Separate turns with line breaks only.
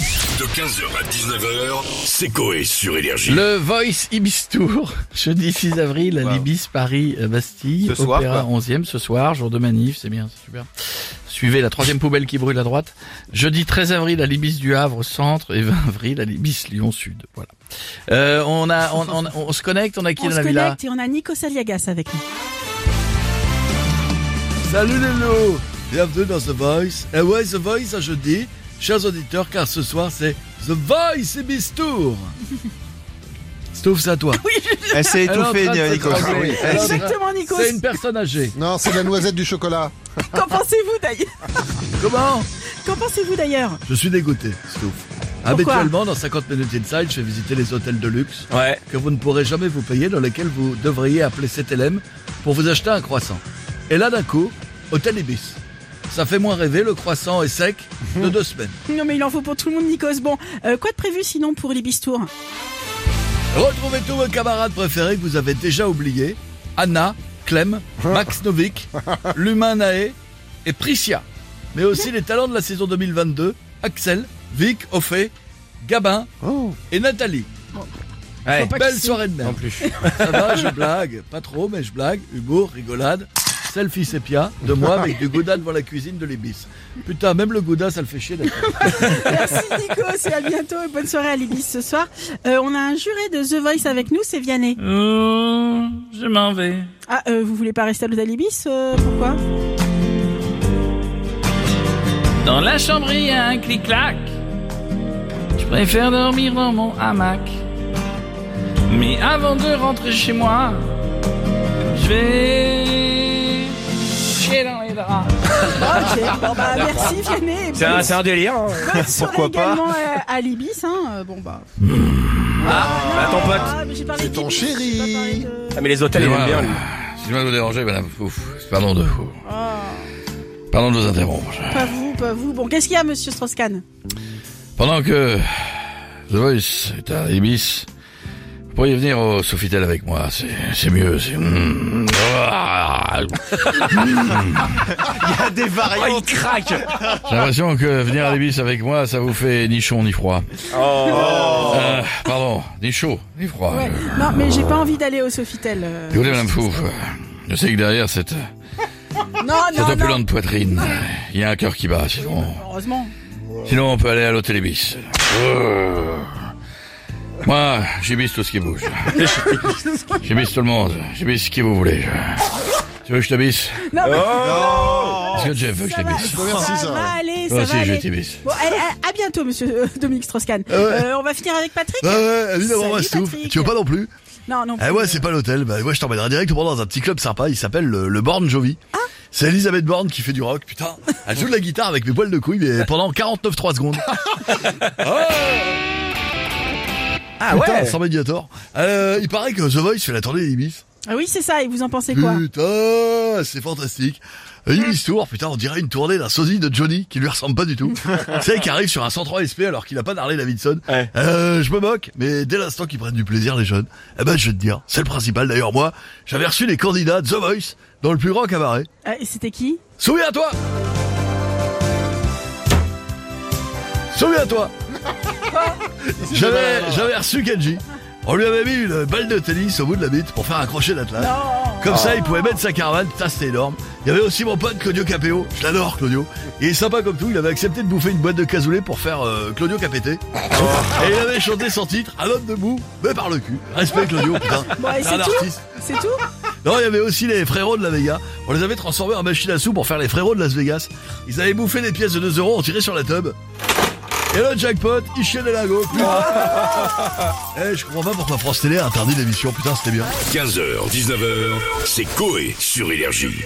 De 15h à 19h, c'est Coé sur Énergie.
Le Voice Ibis Tour, jeudi 6 avril à
Wow.
l'Ibis Paris euh, Bastille,
Ce soir,
Opéra
quoi.
11e ce soir, jour de manif, c'est bien, c'est super. Suivez la troisième poubelle qui brûle à droite. Jeudi 13 avril à l'Ibis du Havre au centre et 20 avril à l'Ibis Lyon Sud. Voilà. Euh, on a, on, on- on se connecte, on a qui
on
dans
se
la villa
connecte et on a Nico Saliagas avec nous.
Salut les loups Bienvenue dans The Voice. Et ouais, The Voice un jeudi, chers auditeurs, car ce soir c'est The Voice et Bistour Stouff, c'est à toi.
Elle s'est
Elle est en
étouffée,
train de se
Nico.
droguer.
Ah oui.
Elle est en train-
Exactement, Nico.
C'est une personne âgée.
Non, c'est la noisette du chocolat.
Qu'en pensez-vous d'ailleurs
Comment
Qu'en pensez-vous d'ailleurs
Je suis dégoûté, Stouff.
Pourquoi
Habituellement, dans 50 minutes inside, je fais visiter les hôtels de luxe
Ouais.
que vous ne pourrez jamais vous payer, dans lesquels vous devriez appeler CTLM pour vous acheter un croissant. Et là, d'un coup, hôtel Ibis. Ça fait moins rêver, le croissant est sec de deux semaines.
Non, mais il en faut pour tout le monde, Nikos. Bon, euh, quoi de prévu sinon pour l'Ibis Tour
Retrouvez tous vos camarades préférés que vous avez déjà oubliés. Anna, Clem, Max Novik, l'humain Nae et Pricia. Mais aussi les talents de la saison 2022, Axel, Vic, Ophé, Gabin et Nathalie.
pas
Ouais.
Oh. Belle
qu'ils
soirée de merde.
Non plus.
Ça va, je blague. Pas trop, mais je blague. Humour, rigolade. Selfie sépia, de moi avec du gouda devant la cuisine de l'Ibis. Putain, même le gouda, ça le fait chier d'être.
Merci, Nikos, et à bientôt. Et bonne soirée à l'Ibis ce soir. Euh, on a un juré de The Voice avec nous, c'est Vianney.
Oh, je m'en vais.
Ah, euh, vous voulez pas rester à l'hôtel Ibis euh, Pourquoi
Dans la chambre, il y a un clic-clac. Je préfère dormir dans mon hamac. Mais avant de rentrer chez moi, je vais chier dans les draps.
Ok, bon, bah, merci, Vianney. et
C'est un,
bonne-
c'est un délire. hein.
bonne soirée
Pourquoi pas Ah,
également euh, à l'Ibis, hein. euh, Bon, bah.
Bah, ton pote.
Ah, mais j'ai parlé
C'est ton
d'Ibis,
chéri.
j'ai pas parlé de-
Ah, mais les hôtels, ils aiment bien, lui.
Excusez-moi de vous déranger, madame. Ouf, pardon de, pardon de vous interrompre.
Pas vous, pas vous. Bon, qu'est-ce qu'il y a, monsieur Strauss-Kahn
Pendant que The Voice est à Ibis, vous pourriez venir au Sofitel avec moi, c'est, c'est mieux, c'est... Mm. Ah.
Ah, des variantes. il craque.
Oh, J'ai l'impression que venir à l'Ibis avec moi, ça vous fait ni chaud ni froid.
Oh.
Euh, pardon, ni chaud ni froid.
Ouais.
Je-
Non, mais j'ai pas envie d'aller au Sofitel. euh,
Désolé, madame Fouf, je sais que derrière cette,
Non,
cette
non, non.
opulente poitrine, il y a un cœur qui bat, sinon...
Heureusement.
Sinon, on peut aller à l'hôtel Ibis. Euh. Moi, j'ibisse tout ce qui bouge. J'ibisse tout le monde. J'ibisse qui vous voulez. Tu veux que je t'abisse
Non, mais
Est-ce que Jeff veut que je
ça, va,
t'abisse
ça,
Merci, ça,
va
ouais.
aller, ça
Moi
va
aussi, je
aller.
t'ibisse.
Bon, allez, à, à bientôt, monsieur euh, Dominique Strauss-Kahn. Euh, on va finir avec Patrick.
Bah ouais, évidemment,
Salut,
moi, Stouff.
Patrick.
Tu veux pas non plus
Non, non.
Eh
plus,
ouais,
euh,
c'est pas l'hôtel. Bah ouais, je t'emmènerai directement dans un petit club sympa. Il s'appelle le, le Born Jovi.
Ah.
C'est Elisabeth Borne qui fait du rock, putain. Elle joue de la guitare avec mes poils de couilles mais pendant 49-3 secondes. Oh
Ah,
putain,
ouais.
sans médiator. Euh, il paraît que The Voice fait la tournée d'Ibis.
Ah oui, c'est ça. Et vous en pensez quoi
Putain, c'est fantastique. Euh, Ibis Tour, putain, on dirait une tournée d'un sosie de Johnny qui lui ressemble pas du tout. tu sais, qui arrive sur un 103 SP alors qu'il a pas d'Harley Davidson.
Ouais.
Euh, je me moque, mais dès l'instant qu'ils prennent du plaisir, les jeunes, eh ben, je vais te dire, c'est le principal. D'ailleurs, moi, j'avais reçu les candidats de The Voice dans le plus grand cabaret.
Euh, Et C'était qui
Souviens-toi Souviens-toi J'avais j'avais reçu Kenji. On lui avait mis une balle de tennis au bout de la bite pour faire un crochet d'Atlas. Comme ça, il pouvait mettre sa caravane. Ça, c'était énorme. Il y avait aussi mon pote Claudio Capéo. Je l'adore, Claudio. Il est sympa comme tout. Il avait accepté de bouffer une boîte de cassoulet pour faire euh, Claudio Capété. Et il avait chanté son titre, Un homme debout, mais par le cul. Respect, Claudio, putain.
Bon, et
C'est
c'est
un
tout
artiste.
C'est tout
Non, il y avait aussi les frérots de la Vega. On les avait transformés en machine à sous pour faire les frérots de Las Vegas. Ils avaient bouffé des pièces de 2 euros, on tirait sur la tub. Et le jackpot, Ichien et Lago. Eh, je comprends pas pourquoi France Télé a interdit l'émission. Putain, c'était bien.
15h, 19h, c'est Coé sur Énergie.